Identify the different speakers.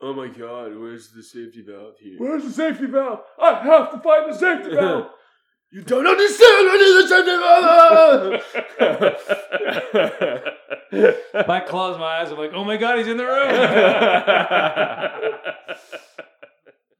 Speaker 1: Oh my god, where's the safety valve here?
Speaker 2: Where's the safety valve? I have to find the safety valve.
Speaker 1: You don't understand! I need the safety
Speaker 3: If I close my eyes, I'm like, oh my god, he's in the room.